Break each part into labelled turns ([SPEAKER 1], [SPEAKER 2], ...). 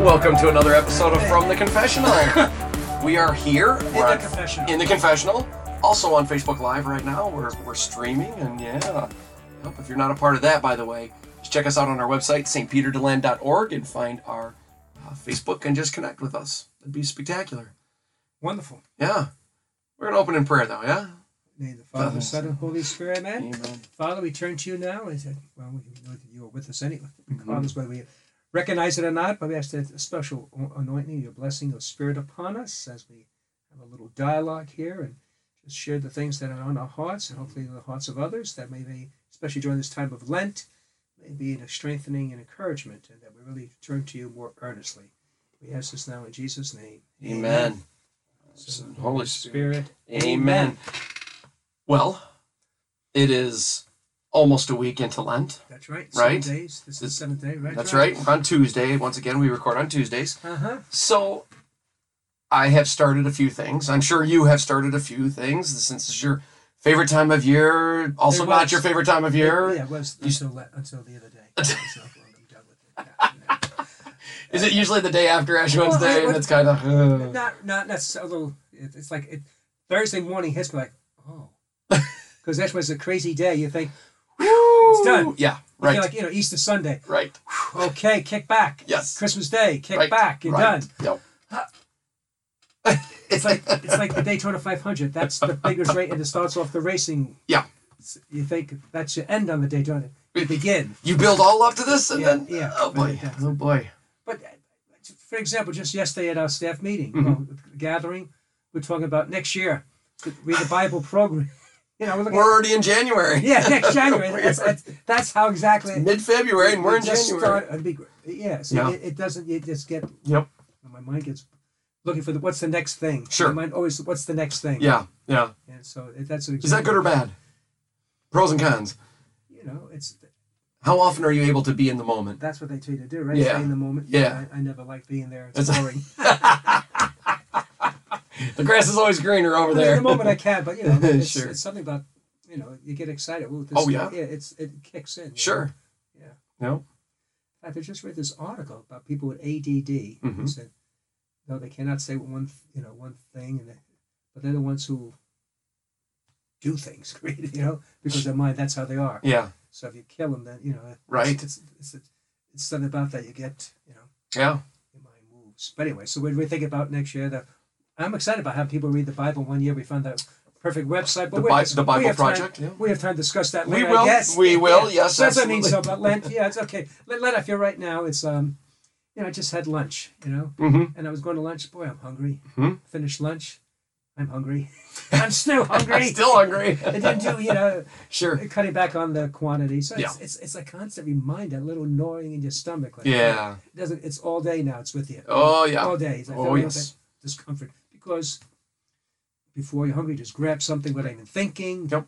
[SPEAKER 1] Welcome to another episode of From the Confessional. we are here in
[SPEAKER 2] the confessional.
[SPEAKER 1] In the confessional, also on Facebook Live right now. We're, we're streaming, and yeah. Yep, if you're not a part of that, by the way, just check us out on our website, stpeterdeland.org, and find our uh, Facebook and just connect with us. It'd be spectacular.
[SPEAKER 2] Wonderful.
[SPEAKER 1] Yeah. We're going to open in prayer, though, yeah?
[SPEAKER 2] May the Father, Son, and Holy Spirit, amen.
[SPEAKER 1] Amen.
[SPEAKER 2] Father, we turn to you now. As, uh, well, we know that you are with us anyway.
[SPEAKER 1] Mm-hmm.
[SPEAKER 2] Regardless whether we recognize it or not, but we ask that a special o- anointing, your blessing, your spirit upon us as we have a little dialogue here and just share the things that are on our hearts and hopefully the hearts of others that may be, especially during this time of Lent, may be a strengthening and encouragement and that we really turn to you more earnestly. We ask this now in Jesus' name.
[SPEAKER 1] Amen. Son, Holy
[SPEAKER 2] Spirit.
[SPEAKER 1] Amen. Well, it is almost a week into Lent.
[SPEAKER 2] That's right.
[SPEAKER 1] Right?
[SPEAKER 2] Seven days. This is the
[SPEAKER 1] It's-
[SPEAKER 2] seventh day, right?
[SPEAKER 1] That's right. On Tuesday, once again, we record on Tuesdays.
[SPEAKER 2] Uh huh.
[SPEAKER 1] So I have started a few things. I'm sure you have started a few things since it's your favorite time of year. Also,
[SPEAKER 2] It
[SPEAKER 1] not
[SPEAKER 2] was.
[SPEAKER 1] your favorite time of year.
[SPEAKER 2] Yeah, it was
[SPEAKER 1] you s-
[SPEAKER 2] until, la- until the other day. It's not long, I'm done with it. Yeah,
[SPEAKER 1] Is it usually the day after Ash
[SPEAKER 2] Well,
[SPEAKER 1] Wednesday?
[SPEAKER 2] I-
[SPEAKER 1] and it's uh, kind of.
[SPEAKER 2] no. not not necessarily. a little- It, it's like it, Thursday morning hits me like, oh, because that was a crazy day. You think
[SPEAKER 1] it's
[SPEAKER 2] done.
[SPEAKER 1] Yeah,
[SPEAKER 2] you
[SPEAKER 1] right.
[SPEAKER 2] feel like you know Easter Sunday.
[SPEAKER 1] right.
[SPEAKER 2] Okay, kick back.
[SPEAKER 1] Yes.
[SPEAKER 2] Christmas Day, kick
[SPEAKER 1] right.
[SPEAKER 2] back. You're
[SPEAKER 1] right.
[SPEAKER 2] done.
[SPEAKER 1] Yep.
[SPEAKER 2] It's like it's like the Daytona 500. That's the biggest rate, and it starts off the racing.
[SPEAKER 1] Yeah.
[SPEAKER 2] You think that's your end on the Daytona. You begin.
[SPEAKER 1] You build all up to this and
[SPEAKER 2] Yeah,
[SPEAKER 1] then.
[SPEAKER 2] yeah,
[SPEAKER 1] oh,
[SPEAKER 2] but
[SPEAKER 1] boy.
[SPEAKER 2] it does.
[SPEAKER 1] Oh, boy.
[SPEAKER 2] But uh, for example, just yesterday at our staff meeting,
[SPEAKER 1] Mhm.
[SPEAKER 2] well, gathering, we're talking about next year, read the Bible program. You know, we're looking.
[SPEAKER 1] We're already in January.
[SPEAKER 2] at, yeah, next January. That's, that's, that's how exactly.
[SPEAKER 1] Mid February, and we're in
[SPEAKER 2] it just
[SPEAKER 1] January.
[SPEAKER 2] start- it'd be gr- yeah, so
[SPEAKER 1] Yeah.
[SPEAKER 2] It, it doesn't. You just get.
[SPEAKER 1] Yep.
[SPEAKER 2] My mind gets looking for the what's the next thing.
[SPEAKER 1] Sure.
[SPEAKER 2] My mind always what's the next thing.
[SPEAKER 1] Yeah, yeah.
[SPEAKER 2] And so it, that's
[SPEAKER 1] Is that good or bad? Pros and cons.
[SPEAKER 2] You know, it's
[SPEAKER 1] How often are you able to be in the moment?
[SPEAKER 2] that's what they tell you to do, right?
[SPEAKER 1] Yeah.
[SPEAKER 2] Stay in the moment.
[SPEAKER 1] Yeah.
[SPEAKER 2] I, I never like being there. It's
[SPEAKER 1] That's-
[SPEAKER 2] boring.
[SPEAKER 1] The grass is always greener over
[SPEAKER 2] But at
[SPEAKER 1] there.
[SPEAKER 2] the moment I can, but you know, it's,
[SPEAKER 1] Sure.
[SPEAKER 2] it's something about you know you get excited. Ooh, this,
[SPEAKER 1] Oh, yeah.
[SPEAKER 2] yeah. It's it kicks in. you know.
[SPEAKER 1] Sure.
[SPEAKER 2] Yeah.
[SPEAKER 1] No.
[SPEAKER 2] In fact, I just read this article about people with ADD who
[SPEAKER 1] Mhm.
[SPEAKER 2] said no, they cannot say one th- you know one thing, and they, but they're the ones who do things, creative, you know, because their mind that's how they are.
[SPEAKER 1] Yeah.
[SPEAKER 2] So if you kill them, then you know it's-
[SPEAKER 1] Right.
[SPEAKER 2] It's it's, it's, it's something about that you get you know
[SPEAKER 1] Yeah.
[SPEAKER 2] your mind moves. But anyway, so what do we think about next year? The, I'm excited about having people read the Bible. One year we found that perfect website, but
[SPEAKER 1] The
[SPEAKER 2] we're
[SPEAKER 1] Bi-
[SPEAKER 2] just-
[SPEAKER 1] the Bible
[SPEAKER 2] we have time-
[SPEAKER 1] Project, yeah.
[SPEAKER 2] We have time to discuss that.
[SPEAKER 1] We
[SPEAKER 2] later,
[SPEAKER 1] will,
[SPEAKER 2] I guess.
[SPEAKER 1] we will, yes,
[SPEAKER 2] So that's what I mean. So
[SPEAKER 1] absolutely.
[SPEAKER 2] about Lent, yeah, it's okay. Let, let I feel right now. It's um, you know, I just had lunch, you know,
[SPEAKER 1] Mm-hmm.
[SPEAKER 2] and I was going to lunch. Boy, I'm hungry.
[SPEAKER 1] Mhm.
[SPEAKER 2] Finished lunch. I'm hungry. I'm still hungry.
[SPEAKER 1] I'm still hungry.
[SPEAKER 2] I didn't do, you know,
[SPEAKER 1] sure.
[SPEAKER 2] cutting back on the quantity. So it's, it's it's a constant reminder, a little gnawing in your stomach. Like,
[SPEAKER 1] Yeah.
[SPEAKER 2] It doesn't. It's all day now. It's with you
[SPEAKER 1] Oh yeah.
[SPEAKER 2] all day. It's like
[SPEAKER 1] Oh,
[SPEAKER 2] feeling
[SPEAKER 1] yes.
[SPEAKER 2] that discomfort because before you're hungry, just grab something without even thinking.
[SPEAKER 1] Yep.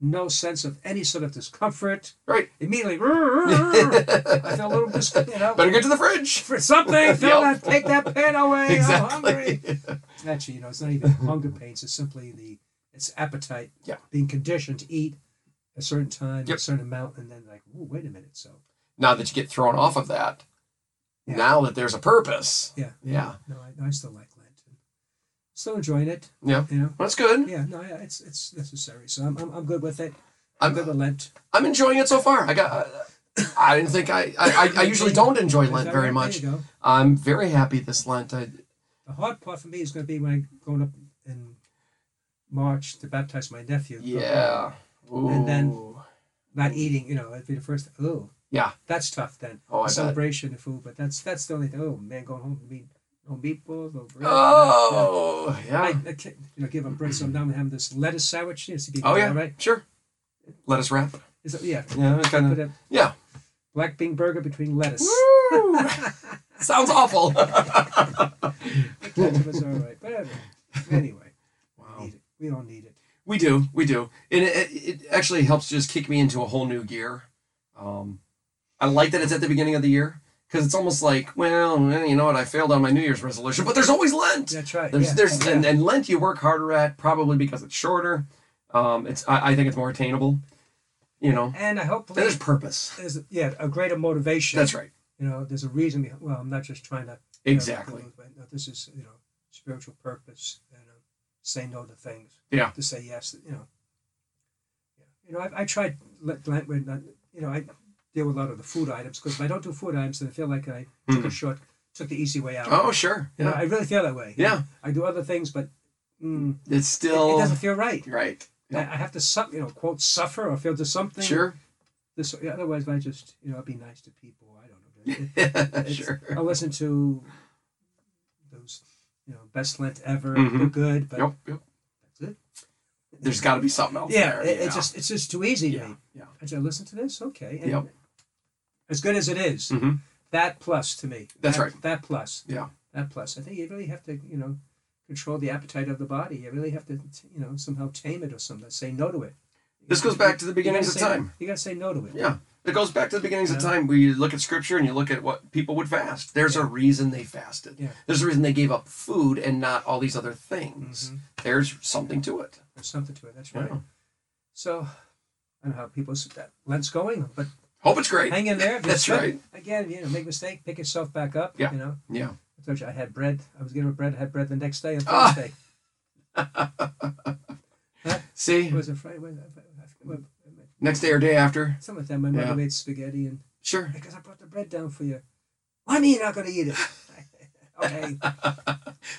[SPEAKER 2] No sense of any sort of discomfort.
[SPEAKER 1] Right.
[SPEAKER 2] Immediately, I feel a little dis- you know.
[SPEAKER 1] Better get to the fridge.
[SPEAKER 2] for something, fill
[SPEAKER 1] Yep.
[SPEAKER 2] that, take that pain away. I'm hungry.
[SPEAKER 1] Exactly.
[SPEAKER 2] Actually, you know, it's not even hunger pains. It's simply the it's appetite.
[SPEAKER 1] Yeah.
[SPEAKER 2] Being conditioned to eat a certain time,
[SPEAKER 1] Yep.
[SPEAKER 2] a certain amount, and then like, Ooh, wait a minute. So
[SPEAKER 1] Now that you get thrown off of that,
[SPEAKER 2] Yeah.
[SPEAKER 1] now that there's a purpose.
[SPEAKER 2] yeah,
[SPEAKER 1] Yeah.
[SPEAKER 2] no, I, I still like Lent. Still enjoying it.
[SPEAKER 1] Yeah.
[SPEAKER 2] You know.
[SPEAKER 1] That's good.
[SPEAKER 2] Yeah, no, yeah, it's it's necessary. So I'm I'm, I'm good with it. I'm,
[SPEAKER 1] I'm
[SPEAKER 2] good with Lent.
[SPEAKER 1] I'm enjoying it so far. I got. uh, I didn't think I. I, I, I usually don't enjoy Lent very much.
[SPEAKER 2] There you go.
[SPEAKER 1] I'm very happy this Lent. I,
[SPEAKER 2] The hard part for me is going to be when I'm going up in March to baptize my nephew.
[SPEAKER 1] yeah.
[SPEAKER 2] And then-
[SPEAKER 1] Ooh.
[SPEAKER 2] Not eating, you know, it'd be the first. Oh,
[SPEAKER 1] Yeah.
[SPEAKER 2] that's tough then.
[SPEAKER 1] Oh, I
[SPEAKER 2] The
[SPEAKER 1] bet.
[SPEAKER 2] celebration of food, but that's that's the only thing. Oh man, going home to meet no meatballs, no bread. no-
[SPEAKER 1] Oh
[SPEAKER 2] I,
[SPEAKER 1] yeah.
[SPEAKER 2] I can't, you know, give up bread. So now I'm having this lettuce sandwich. It Needs to be
[SPEAKER 1] Oh
[SPEAKER 2] good,
[SPEAKER 1] yeah.
[SPEAKER 2] all right?
[SPEAKER 1] Sure. Let us wrap.
[SPEAKER 2] Is it, yeah,
[SPEAKER 1] Yeah. Kind
[SPEAKER 2] put
[SPEAKER 1] of.
[SPEAKER 2] a
[SPEAKER 1] Yeah.
[SPEAKER 2] black bean burger between lettuce.
[SPEAKER 1] Woo! Sounds awful.
[SPEAKER 2] Ketchup is all right, but anyway, anyway
[SPEAKER 1] wow.
[SPEAKER 2] need it. we don't need it.
[SPEAKER 1] We do, we do. And it, it, it actually helps just kick me into a whole new gear. Um, I like that it's at the beginning of the year because it's almost like, well, eh, you know what? I failed on my New Year's resolution, but there's always Lent.
[SPEAKER 2] That's right.
[SPEAKER 1] There's,
[SPEAKER 2] yeah,
[SPEAKER 1] there's,
[SPEAKER 2] yeah.
[SPEAKER 1] and, and Lent you work harder at probably because it's shorter. Um, it's, I, I think it's more attainable. You know,
[SPEAKER 2] and I hope
[SPEAKER 1] And there's purpose.
[SPEAKER 2] there's yeah a greater motivation.
[SPEAKER 1] That's right.
[SPEAKER 2] You know, there's a reason. Behind, well, I'm not just trying to you know,
[SPEAKER 1] Exactly.
[SPEAKER 2] do it, but no, this is you know spiritual purpose and uh, say no to things.
[SPEAKER 1] Yeah.
[SPEAKER 2] To say yes, you know. Yeah. You know, I, I tried Lent. Lent with, uh, you know, I deal with a lot of the food items because if I don't do food items, then I feel like I took a
[SPEAKER 1] Mhm.
[SPEAKER 2] short, took the easy way out.
[SPEAKER 1] Oh, sure.
[SPEAKER 2] You know,
[SPEAKER 1] Yeah.
[SPEAKER 2] I really feel that way.
[SPEAKER 1] Yeah.
[SPEAKER 2] I do other things, but mm,
[SPEAKER 1] It's
[SPEAKER 2] it, it
[SPEAKER 1] still
[SPEAKER 2] doesn't feel right.
[SPEAKER 1] right.
[SPEAKER 2] I,
[SPEAKER 1] Yeah.
[SPEAKER 2] I have to, su- you know, quote, suffer or feel to something.
[SPEAKER 1] Sure.
[SPEAKER 2] This, yeah, otherwise, I just, you know, I'd be nice to people. I don't know. It's-
[SPEAKER 1] sure.
[SPEAKER 2] I listen to those, you know, best Lent ever.
[SPEAKER 1] Mhm.
[SPEAKER 2] They're good, but
[SPEAKER 1] Yep. Yep.
[SPEAKER 2] that's it.
[SPEAKER 1] There's got to be something else.
[SPEAKER 2] yeah,
[SPEAKER 1] there,
[SPEAKER 2] it,
[SPEAKER 1] you
[SPEAKER 2] it's
[SPEAKER 1] know?
[SPEAKER 2] just it's just too easy to
[SPEAKER 1] yeah.
[SPEAKER 2] me.
[SPEAKER 1] Yeah.
[SPEAKER 2] I said, listen to this, okay. And
[SPEAKER 1] Yep.
[SPEAKER 2] As good as it is,
[SPEAKER 1] Mhm.
[SPEAKER 2] that plus to me.
[SPEAKER 1] That's
[SPEAKER 2] That-
[SPEAKER 1] right.
[SPEAKER 2] That plus.
[SPEAKER 1] Yeah.
[SPEAKER 2] That plus. I think you really have to, you know, control the appetite of the body. You really have to, t- you know, somehow tame it or something. Say no to it.
[SPEAKER 1] This goes back to the
[SPEAKER 2] You gotta
[SPEAKER 1] beginnings of
[SPEAKER 2] say-
[SPEAKER 1] time.
[SPEAKER 2] You gotta say no to it.
[SPEAKER 1] Yeah. It goes back to the beginnings of
[SPEAKER 2] Yeah.
[SPEAKER 1] time where you look at scripture and you look at what people would fast. There's a
[SPEAKER 2] Yeah.
[SPEAKER 1] reason they fasted.
[SPEAKER 2] Yeah.
[SPEAKER 1] There's a reason they gave up food and not all these other things.
[SPEAKER 2] Mhm.
[SPEAKER 1] There's something to it.
[SPEAKER 2] There's something to it. That's
[SPEAKER 1] Yeah.
[SPEAKER 2] right. So I don't know how people s- that Lent's going, but
[SPEAKER 1] Hope it's great.
[SPEAKER 2] hang in there. If you
[SPEAKER 1] That's
[SPEAKER 2] slip,
[SPEAKER 1] right.
[SPEAKER 2] Again, you know, make a mistake, pick yourself back up.
[SPEAKER 1] Yeah.
[SPEAKER 2] You know,
[SPEAKER 1] Yeah.
[SPEAKER 2] I told you I had bread. I was gonna have bread. I had bread the next day on
[SPEAKER 1] Ah.
[SPEAKER 2] Thursday.
[SPEAKER 1] See,
[SPEAKER 2] It was a Friday. Was, was,
[SPEAKER 1] next day or day after.
[SPEAKER 2] something like that. My mother
[SPEAKER 1] Yeah.
[SPEAKER 2] made spaghetti, and
[SPEAKER 1] Sure.
[SPEAKER 2] because I brought the bread down for you, why me not gonna eat it? okay.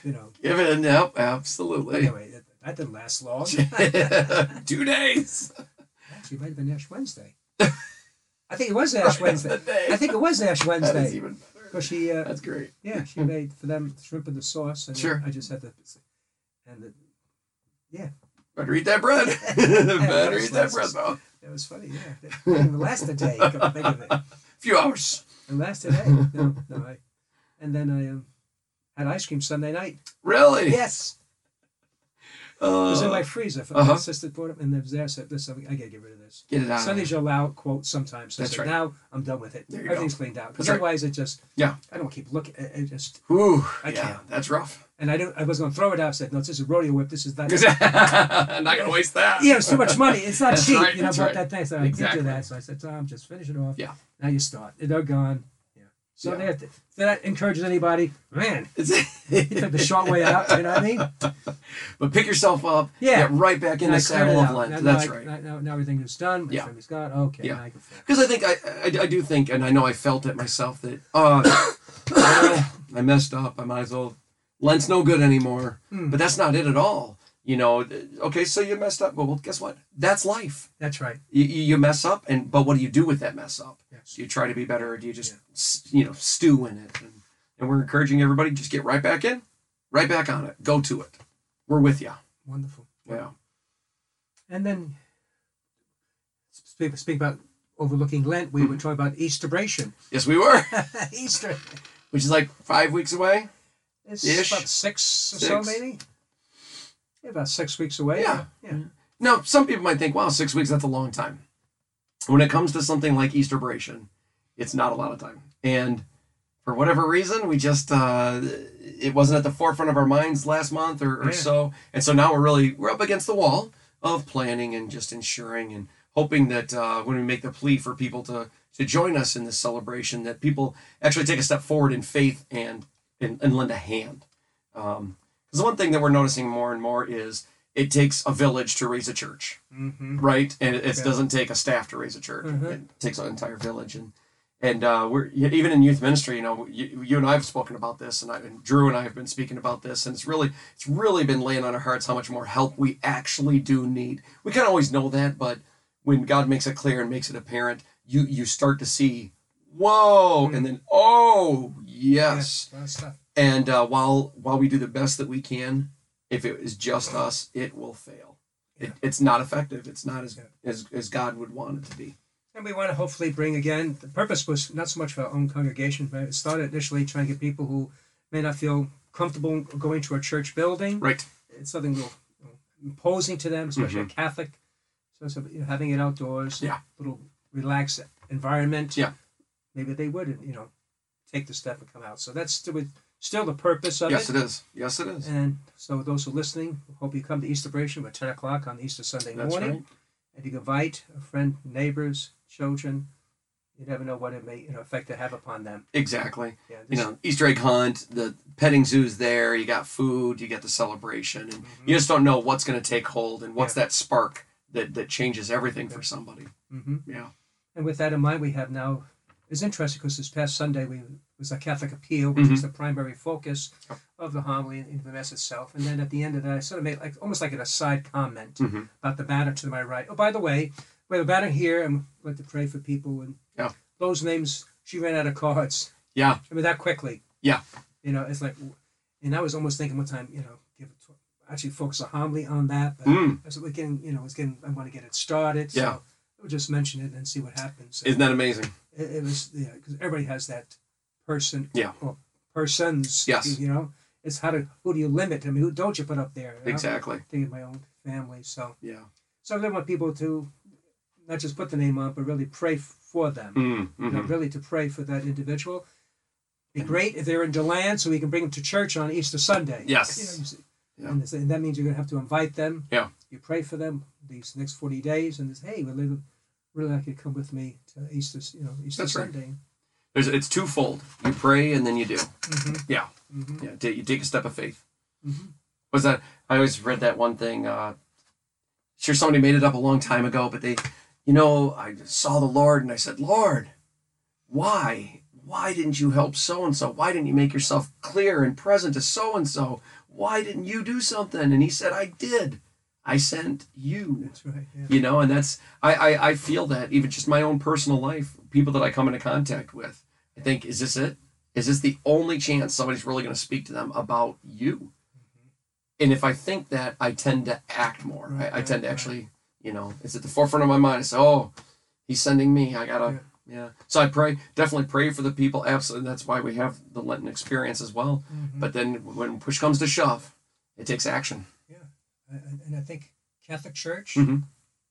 [SPEAKER 2] you know.
[SPEAKER 1] Give it a no. Absolutely.
[SPEAKER 2] Anyway, that, that didn't last long.
[SPEAKER 1] Two days.
[SPEAKER 2] Actually, it might have been Ash Wednesday. I think it was Ash Wednesday. I think it was Ash
[SPEAKER 1] That is
[SPEAKER 2] Wednesday.
[SPEAKER 1] even better.
[SPEAKER 2] Because she uh,
[SPEAKER 1] That's great.
[SPEAKER 2] Yeah, she made for them shrimp in the sauce, and
[SPEAKER 1] Sure.
[SPEAKER 2] I just had the and the,
[SPEAKER 1] Better eat that bread. Better eat that bread, though.
[SPEAKER 2] it was funny. Yeah, it didn't even last a day. Couldn't think of it.
[SPEAKER 1] few hours.
[SPEAKER 2] It lasted a day. No, no, I, and then I um, had ice cream Sunday night.
[SPEAKER 1] Really?
[SPEAKER 2] Yes, it was in my
[SPEAKER 1] Uh,
[SPEAKER 2] freezer. For
[SPEAKER 1] Uh-huh.
[SPEAKER 2] My sister brought it, and it was there. I said, "Listen, I gotta get rid of this."
[SPEAKER 1] get it out.
[SPEAKER 2] Sundays you allow quote sometimes. So I
[SPEAKER 1] That's
[SPEAKER 2] said,
[SPEAKER 1] right.
[SPEAKER 2] Now I'm done with it.
[SPEAKER 1] There you go.
[SPEAKER 2] Everything's cleaned out. Because
[SPEAKER 1] That's right.
[SPEAKER 2] otherwise, it just
[SPEAKER 1] Yeah.
[SPEAKER 2] I don't keep looking. It, it just
[SPEAKER 1] Ooh,
[SPEAKER 2] I
[SPEAKER 1] yeah,
[SPEAKER 2] can't.
[SPEAKER 1] that's rough.
[SPEAKER 2] and I don't. I was gonna throw it out. I said, "No, this is rodeo whip. This is that."
[SPEAKER 1] I'm not gonna waste that.
[SPEAKER 2] yeah, it's too much money. It's not
[SPEAKER 1] That's
[SPEAKER 2] cheap.
[SPEAKER 1] right,
[SPEAKER 2] you know, I
[SPEAKER 1] that's
[SPEAKER 2] bought
[SPEAKER 1] right.
[SPEAKER 2] that thing, so I
[SPEAKER 1] Exactly.
[SPEAKER 2] did do that. So I said, Tom, just finish it off.
[SPEAKER 1] Yeah.
[SPEAKER 2] Now you start. And They're gone. Yeah. So
[SPEAKER 1] Yeah.
[SPEAKER 2] they have to, if that encourages anybody, man, you took the
[SPEAKER 1] It's-
[SPEAKER 2] short way out. You know what I mean?
[SPEAKER 1] but pick yourself up.
[SPEAKER 2] Yeah.
[SPEAKER 1] Get right back in
[SPEAKER 2] And I
[SPEAKER 1] the
[SPEAKER 2] cleared
[SPEAKER 1] saddle
[SPEAKER 2] it
[SPEAKER 1] of
[SPEAKER 2] out.
[SPEAKER 1] Lent.
[SPEAKER 2] Now- now
[SPEAKER 1] that's
[SPEAKER 2] I-
[SPEAKER 1] right.
[SPEAKER 2] now- Now, now everything is done. My
[SPEAKER 1] Yeah.
[SPEAKER 2] family's gone. Okay.
[SPEAKER 1] Yeah.
[SPEAKER 2] now I can focus.
[SPEAKER 1] Because I think I, I I do think, and I know I felt it myself that uh, well, I messed up. I might as well. Lent's no good anymore.
[SPEAKER 2] Hmm.
[SPEAKER 1] But that's not it at all. You know. th- Okay, so you messed up. Well, guess what? That's life.
[SPEAKER 2] That's right.
[SPEAKER 1] You, you you mess up, and but what do you do with that mess up?
[SPEAKER 2] Yes.
[SPEAKER 1] Do you try to be better, or do you just
[SPEAKER 2] Yeah.
[SPEAKER 1] s you know stew in it? And, and we're encouraging everybody just get right back in, right back on it. Go to it. We're with you.
[SPEAKER 2] Wonderful.
[SPEAKER 1] Yeah.
[SPEAKER 2] And then speak, speak about overlooking Lent. We were talking about Easterbration.
[SPEAKER 1] Yes, we were.
[SPEAKER 2] Easter.
[SPEAKER 1] Which is like five weeks away.
[SPEAKER 2] It's
[SPEAKER 1] Ish.
[SPEAKER 2] about six or so,
[SPEAKER 1] Six.
[SPEAKER 2] maybe. Yeah, about six weeks away.
[SPEAKER 1] Yeah.
[SPEAKER 2] Yeah.
[SPEAKER 1] Now, some people might think, "Wow, six weeks—that's a long time." When it comes to something like Easterbration, it's not a lot of time. And for whatever reason, we just uh, it wasn't at the forefront of our minds last month or, or
[SPEAKER 2] Yeah.
[SPEAKER 1] so. And so now we're really we're up against the wall of planning and just ensuring and hoping that uh, when we make the plea for people to to join us in this celebration, that people actually take a step forward in faith and and, and lend a hand. Because the one thing that we're noticing more and more is it takes a village to raise a church
[SPEAKER 2] Mm-hmm.
[SPEAKER 1] right? And it, it
[SPEAKER 2] Yeah.
[SPEAKER 1] doesn't take a staff to raise a church.
[SPEAKER 2] Mhm.
[SPEAKER 1] It takes an entire village, and and uh, we're y- even in youth ministry. You know, you, you and I have spoken about this, and I and Drew and I have been speaking about this, and it's really it's really been laying on our hearts how much more help we actually do need. We kind of always know that, but when God makes it clear and makes it apparent, you you start to see, whoa, and then oh yes,
[SPEAKER 2] Mm-hmm. Yeah, well, stuff.
[SPEAKER 1] and uh, while while we do the best that we can, if it is just us, it will fail. It, it's not effective. It's not as,
[SPEAKER 2] Yeah.
[SPEAKER 1] as as God would want it to be.
[SPEAKER 2] And we want to hopefully bring again, the purpose was not so much for our own congregation, but it started initially trying to get people who may not feel comfortable going to a church building.
[SPEAKER 1] Right.
[SPEAKER 2] It's something a little you know, imposing to them, especially a Catholic. So, so, you know, having it outdoors,
[SPEAKER 1] Mm-hmm. Yeah.
[SPEAKER 2] little relaxed environment,
[SPEAKER 1] Yeah.
[SPEAKER 2] maybe they would, you know, take the step and come out. So that's still, still the purpose of
[SPEAKER 1] Yes,
[SPEAKER 2] it.
[SPEAKER 1] it is. Yes, it is.
[SPEAKER 2] And so those who are listening, hope you come to Easterbration by 10 o'clock on Easter Sunday
[SPEAKER 1] That's
[SPEAKER 2] morning.
[SPEAKER 1] right.
[SPEAKER 2] And you can invite a friend, neighbors, children. You never know what it may, you know, effect to have upon them.
[SPEAKER 1] Exactly.
[SPEAKER 2] Yeah,
[SPEAKER 1] You
[SPEAKER 2] this-
[SPEAKER 1] know, Easter egg hunt, the petting zoo's there, you got food, you got the celebration, and
[SPEAKER 2] Hmm.
[SPEAKER 1] you just don't know what's going to take hold and what's that spark that, that changes everything for somebody.
[SPEAKER 2] Mhm.
[SPEAKER 1] Yeah.
[SPEAKER 2] And with that in mind, we have now it's interesting because this past Sunday we was a Catholic appeal, which
[SPEAKER 1] Mm-hmm.
[SPEAKER 2] was the primary focus of the homily and the mess itself. And then at the end of that, I sort of made like almost like an aside comment
[SPEAKER 1] Mhm.
[SPEAKER 2] about the banner to my right. Oh, by the way, we have a banner here, and we like to pray for people. And
[SPEAKER 1] Yeah.
[SPEAKER 2] those names, she ran out of cards.
[SPEAKER 1] Yeah.
[SPEAKER 2] I mean that quickly.
[SPEAKER 1] Yeah.
[SPEAKER 2] You know, it's like, and I was almost thinking one time, you know, give it to, actually focus a homily on that. But
[SPEAKER 1] Mm.
[SPEAKER 2] I said we're getting, you know, it's getting. I want to get it started.
[SPEAKER 1] Yeah.
[SPEAKER 2] So we'll just mention it and see what happens.
[SPEAKER 1] Isn't that amazing?
[SPEAKER 2] it, it was yeah, because everybody has that person.
[SPEAKER 1] Yeah.
[SPEAKER 2] Or persons.
[SPEAKER 1] Yes.
[SPEAKER 2] You know, it's how to who do you limit? I mean, who don't you put up there? you know?
[SPEAKER 1] Exactly.
[SPEAKER 2] Thinking of my own family, so
[SPEAKER 1] Yeah.
[SPEAKER 2] so I want people to not just put the name on, but really pray for them.
[SPEAKER 1] Mm,
[SPEAKER 2] You know,
[SPEAKER 1] mhm.
[SPEAKER 2] really to pray for that individual. Be great if they're in Deland, so we can bring them to church on Easter Sunday.
[SPEAKER 1] Yes.
[SPEAKER 2] You know, you see-
[SPEAKER 1] Yeah.
[SPEAKER 2] And, it's- and that means you're going to have to invite them.
[SPEAKER 1] Yeah.
[SPEAKER 2] You pray for them these next forty days, and it's hey, we really, really like you to come with me to Easter, you know, Easter
[SPEAKER 1] That's right. Mm-hmm.
[SPEAKER 2] Sunday.
[SPEAKER 1] There's, it's twofold. You pray and then you do.
[SPEAKER 2] Mm-hmm.
[SPEAKER 1] Yeah.
[SPEAKER 2] Mm-hmm.
[SPEAKER 1] Yeah. ta- You take a step of faith.
[SPEAKER 2] Mhm.
[SPEAKER 1] Was that? I always read that one thing. Uh, sure, somebody made it up a long time ago, but they, you know, I saw the Lord and I said, Lord, why? Why didn't you help so and so? Why didn't you make yourself clear and present to so and so? Why didn't you do something? And he said, I did. I sent you
[SPEAKER 2] That's right. Yeah.
[SPEAKER 1] you know and that's I, I i feel that even just my own personal life people that i come into contact with i think is this it is this the only chance somebody's really going to speak to them about you and if i think that i tend to act more
[SPEAKER 2] Right,
[SPEAKER 1] I, I tend to
[SPEAKER 2] right, right.
[SPEAKER 1] actually you know it's at the forefront of my mind it's oh he's sending me i gotta yeah, so i pray definitely pray for the people absolutely that's why we have the lenten experience as well
[SPEAKER 2] Mhm.
[SPEAKER 1] but then when push comes to shove it takes action
[SPEAKER 2] And- and, and I think Catholic Church,
[SPEAKER 1] Mhm.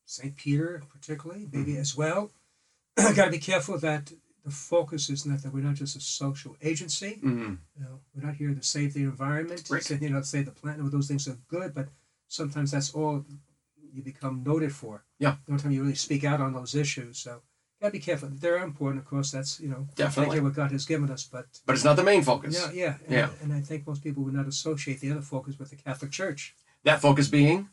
[SPEAKER 2] Saint Peter particularly, maybe
[SPEAKER 1] Mm-hmm.
[SPEAKER 2] as well. Got to be careful that the focus is not that we're not just a social agency.
[SPEAKER 1] mm,
[SPEAKER 2] You know, we're not here to save the environment.
[SPEAKER 1] Right.
[SPEAKER 2] Say, you know, save the planet. Well, those things are good, but sometimes that's all you become noted for.
[SPEAKER 1] Yeah.
[SPEAKER 2] No time you really speak out on those issues. So gotta be careful. They're important, of course. That's you know,
[SPEAKER 1] definitely
[SPEAKER 2] take what God has given us, but
[SPEAKER 1] but it's not the main focus
[SPEAKER 2] Yeah, yeah, and,
[SPEAKER 1] Yeah.
[SPEAKER 2] And I think most people would not associate the other focus with the Catholic Church,
[SPEAKER 1] that focus being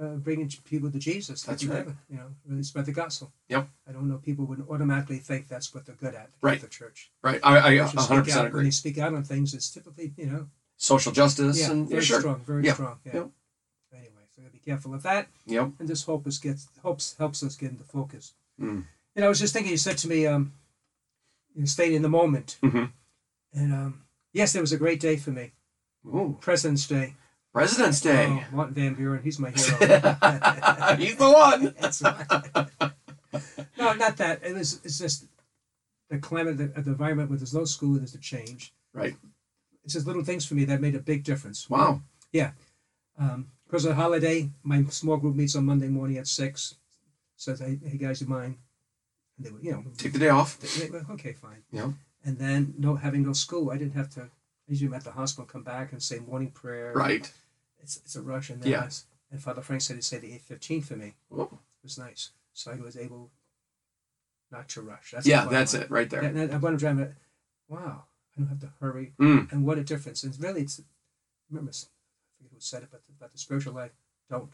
[SPEAKER 2] uh, bringing j- people to Jesus.
[SPEAKER 1] That's
[SPEAKER 2] to
[SPEAKER 1] right.
[SPEAKER 2] heaven, You know, really spread the gospel.
[SPEAKER 1] Yep.
[SPEAKER 2] I don't know. People would automatically think that's what they're good at. The
[SPEAKER 1] Right.
[SPEAKER 2] Catholic Church.
[SPEAKER 1] Right. I, I
[SPEAKER 2] They should speak
[SPEAKER 1] 100%
[SPEAKER 2] out- When
[SPEAKER 1] agree.
[SPEAKER 2] they speak out on things, it's typically you know,
[SPEAKER 1] Social justice
[SPEAKER 2] yeah,
[SPEAKER 1] and yeah,
[SPEAKER 2] very
[SPEAKER 1] sure.
[SPEAKER 2] strong, very
[SPEAKER 1] Yeah.
[SPEAKER 2] strong. Yeah.
[SPEAKER 1] Yep.
[SPEAKER 2] Anyway, so gotta be careful of that,
[SPEAKER 1] Yep.
[SPEAKER 2] and this hope us gets helps helps us get into focus.
[SPEAKER 1] Mm.
[SPEAKER 2] You know, I was just thinking. You said to me, um, you know, stay in the moment,
[SPEAKER 1] Mhm.
[SPEAKER 2] and um, yes, it was a great day for me,
[SPEAKER 1] Ooh.
[SPEAKER 2] President's Day.
[SPEAKER 1] President's Day.
[SPEAKER 2] Oh, Martin Van Buren, he's my hero.
[SPEAKER 1] He's the one.
[SPEAKER 2] That's right. no, not that. It was, it's just the climate, the, the environment where there's no school, there's a change.
[SPEAKER 1] Right.
[SPEAKER 2] It's just little things for me that made a big difference.
[SPEAKER 1] Wow.
[SPEAKER 2] Um, because of the holiday, my small group meets on Monday morning at 6. Says, hey, hey guys, you mind? And they were, you know,
[SPEAKER 1] Take the day off.
[SPEAKER 2] they- they were, okay, fine.
[SPEAKER 1] Yeah.
[SPEAKER 2] And then no having no school, I didn't have to, usually I'm at the hospital, come back and say morning prayer.
[SPEAKER 1] Right.
[SPEAKER 2] It's, it's a rush. And then
[SPEAKER 1] Yeah.
[SPEAKER 2] yes. and Father Frank said he'd say the 8.15 for me.
[SPEAKER 1] Whoa.
[SPEAKER 2] It was nice. So I was able not to rush. That's
[SPEAKER 1] Yeah,
[SPEAKER 2] what I
[SPEAKER 1] that's
[SPEAKER 2] want.
[SPEAKER 1] it right there.
[SPEAKER 2] And uh, I- I want to drive it. Wow, I don't have to hurry.
[SPEAKER 1] Mm.
[SPEAKER 2] And what a difference. And really, it's, remember, it's- I forget who said it, but about the spiritual life, don't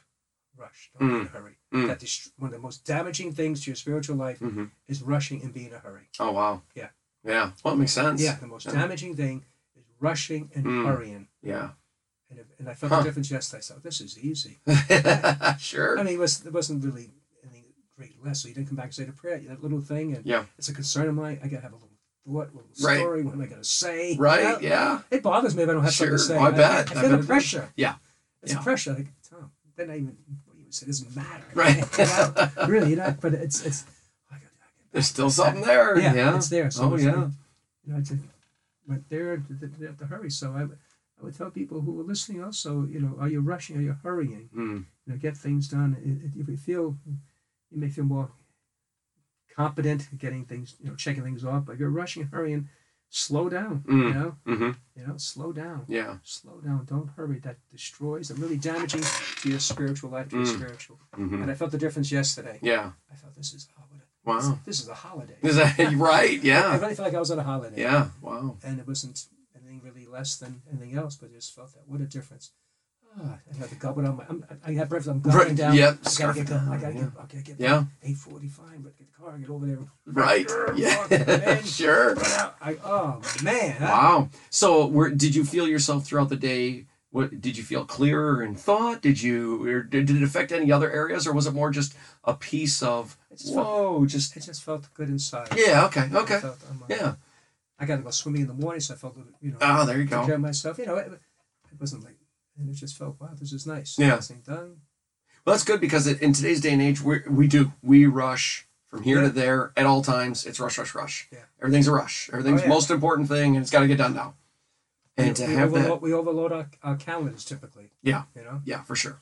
[SPEAKER 2] rush, don't be in a hurry.
[SPEAKER 1] Mm.
[SPEAKER 2] That is one of the most damaging things to your spiritual life
[SPEAKER 1] Mhm.
[SPEAKER 2] is rushing and being in a hurry.
[SPEAKER 1] Oh, wow.
[SPEAKER 2] Yeah.
[SPEAKER 1] Yeah. Well, it makes sense.
[SPEAKER 2] Yeah, the most
[SPEAKER 1] Yeah.
[SPEAKER 2] damaging thing is rushing and
[SPEAKER 1] Mm.
[SPEAKER 2] hurrying.
[SPEAKER 1] Yeah.
[SPEAKER 2] And, if, and I felt
[SPEAKER 1] Huh.
[SPEAKER 2] the difference yesterday. I thought, this is easy. I
[SPEAKER 1] sure.
[SPEAKER 2] mean, it, was, it wasn't really any great lesson. You didn't come back and say the prayer, that little thing. And
[SPEAKER 1] Yeah.
[SPEAKER 2] it's a concern of mine. I got to have a little thought, a little
[SPEAKER 1] Right.
[SPEAKER 2] story. What am I going to say? You know?
[SPEAKER 1] Right. Yeah.
[SPEAKER 2] It bothers me if I don't have
[SPEAKER 1] Sure.
[SPEAKER 2] something to say.
[SPEAKER 1] Oh, I bet.
[SPEAKER 2] I,
[SPEAKER 1] I
[SPEAKER 2] feel
[SPEAKER 1] bet it
[SPEAKER 2] the pressure.
[SPEAKER 1] Yeah.
[SPEAKER 2] It's
[SPEAKER 1] Yeah.
[SPEAKER 2] a pressure. Like, Tom, then I even, what do you say? It doesn't matter.
[SPEAKER 1] Right.
[SPEAKER 2] You know? really, you know, but it's, it's, I got- I
[SPEAKER 1] There's still something there.
[SPEAKER 2] got-
[SPEAKER 1] Yeah.
[SPEAKER 2] it's there. So
[SPEAKER 1] oh,
[SPEAKER 2] it's
[SPEAKER 1] yeah.
[SPEAKER 2] like, you know, I just went there to, to, to, to hurry. So I, would- I would tell people who were listening also, you know, are you rushing? Are you hurrying?
[SPEAKER 1] Mm.
[SPEAKER 2] You know, get things done. It, it, if you feel, you may feel more competent at getting things, you know, checking things off. But if you're rushing, hurrying, slow down. You
[SPEAKER 1] Mm.
[SPEAKER 2] know,
[SPEAKER 1] Mm-hmm.
[SPEAKER 2] you know, slow down.
[SPEAKER 1] Yeah.
[SPEAKER 2] Slow down. Don't hurry. That destroys. That really damaging to your spiritual life, to your
[SPEAKER 1] Mm.
[SPEAKER 2] spiritual.
[SPEAKER 1] Mm-hmm.
[SPEAKER 2] And I felt the difference yesterday.
[SPEAKER 1] Yeah.
[SPEAKER 2] I thought this is oh, what a,
[SPEAKER 1] Wow.
[SPEAKER 2] this is a holiday.
[SPEAKER 1] Is that right?
[SPEAKER 2] I
[SPEAKER 1] Yeah.
[SPEAKER 2] really felt like I was on a holiday.
[SPEAKER 1] Yeah. Wow.
[SPEAKER 2] And it wasn't anything really less than anything else, but I just felt that what a difference. Ah, I got the goblet on my. I'm, I have breakfast. I'm gobbling
[SPEAKER 1] Right,
[SPEAKER 2] down.
[SPEAKER 1] yep,
[SPEAKER 2] I gotta
[SPEAKER 1] scarf it
[SPEAKER 2] get. Down, I
[SPEAKER 1] down,
[SPEAKER 2] gotta
[SPEAKER 1] yeah.
[SPEAKER 2] get. I gotta get.
[SPEAKER 1] Yeah.
[SPEAKER 2] Eight forty-five. But get the car and get over there.
[SPEAKER 1] Right.
[SPEAKER 2] Grr, walk,
[SPEAKER 1] Yeah.
[SPEAKER 2] man.
[SPEAKER 1] sure.
[SPEAKER 2] Run out. I, oh man. I-
[SPEAKER 1] Wow. So, where did you feel yourself throughout the day? What did you feel clearer in thought? Did you or did, did it affect any other areas, or was it more just a piece of
[SPEAKER 2] I just felt,
[SPEAKER 1] whoa? Just
[SPEAKER 2] it just felt good inside.
[SPEAKER 1] yeah. Okay.
[SPEAKER 2] I
[SPEAKER 1] Okay.
[SPEAKER 2] felt, I'm like,
[SPEAKER 1] Yeah.
[SPEAKER 2] I gotta go swimming in the morning, so I felt a little, you know.
[SPEAKER 1] Ah, there you
[SPEAKER 2] took
[SPEAKER 1] go.
[SPEAKER 2] care of myself. You know, it, it wasn't like, and it just felt wow, this is nice.
[SPEAKER 1] Yeah.
[SPEAKER 2] This thing done.
[SPEAKER 1] Well, that's good because it, in today's day and age, we we do we rush from here to
[SPEAKER 2] Yeah.
[SPEAKER 1] there at all times. It's rush, rush, rush.
[SPEAKER 2] Yeah. Oh,
[SPEAKER 1] Everything's a rush. Everything's
[SPEAKER 2] yeah.
[SPEAKER 1] most important thing, and it's got to get done now. And to
[SPEAKER 2] we,
[SPEAKER 1] have
[SPEAKER 2] overload,
[SPEAKER 1] that,
[SPEAKER 2] we overload our, our calendars typically.
[SPEAKER 1] Yeah.
[SPEAKER 2] You know,
[SPEAKER 1] yeah, for sure.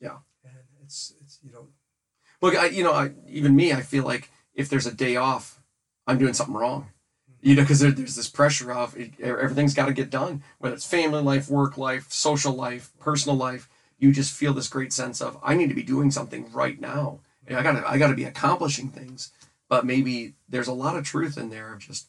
[SPEAKER 2] and it's it's you know
[SPEAKER 1] Look, I, you know, I, even me, I feel like if there's a day off, I'm doing something wrong. You know, because there, there's this pressure of it, e, everything's got to get done, whether it's family life, work life, social life, personal life. You just feel this great sense of I need to be doing something right now. And I gotta, I gotta be accomplishing things. But maybe there's a lot of truth in there of just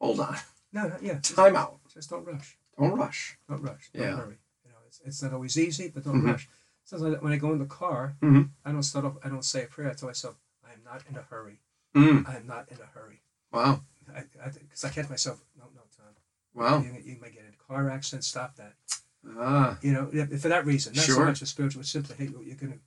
[SPEAKER 1] hold on,
[SPEAKER 2] no, no yeah, just,
[SPEAKER 1] time out,
[SPEAKER 2] just don't rush,
[SPEAKER 1] don't rush.
[SPEAKER 2] don't rush, don't
[SPEAKER 1] Yeah.
[SPEAKER 2] hurry. You know, it's, it's not always easy, but don't
[SPEAKER 1] Mhm.
[SPEAKER 2] rush. Sometimes when I go in the car,
[SPEAKER 1] Mhm.
[SPEAKER 2] I don't start off, I don't say a prayer. I tell myself, I am not in a hurry.
[SPEAKER 1] Mm,
[SPEAKER 2] I am not in a hurry.
[SPEAKER 1] wow,
[SPEAKER 2] Because I, I, 'cause I catch myself, no, no, Tom.
[SPEAKER 1] wow,
[SPEAKER 2] You, you might get in a car accident. Stop that.
[SPEAKER 1] ah,
[SPEAKER 2] You know, yeah, for that reason, not so
[SPEAKER 1] Sure.
[SPEAKER 2] much a spiritual, it's simply, hey, you're gonna.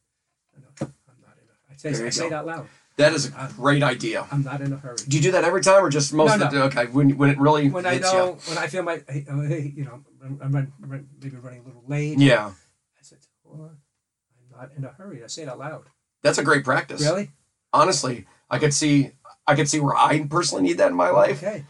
[SPEAKER 2] I know, I'm not in a. I,
[SPEAKER 1] There
[SPEAKER 2] tell you,
[SPEAKER 1] you
[SPEAKER 2] I say
[SPEAKER 1] go.
[SPEAKER 2] it out loud.
[SPEAKER 1] that is a great idea.
[SPEAKER 2] I'm not in a hurry.
[SPEAKER 1] Do you do that every time, or just most
[SPEAKER 2] No,
[SPEAKER 1] of the okay when when it really
[SPEAKER 2] When I
[SPEAKER 1] hits
[SPEAKER 2] know, when I feel my, hey, oh, hey, you know, I'm, I'm run, run, maybe running a little late.
[SPEAKER 1] you? Yeah,
[SPEAKER 2] I said, hold on, I'm not in a hurry. I say it out loud.
[SPEAKER 1] that's a great practice.
[SPEAKER 2] Really?
[SPEAKER 1] Honestly, I could see I could see where I personally need that in my life.
[SPEAKER 2] Okay,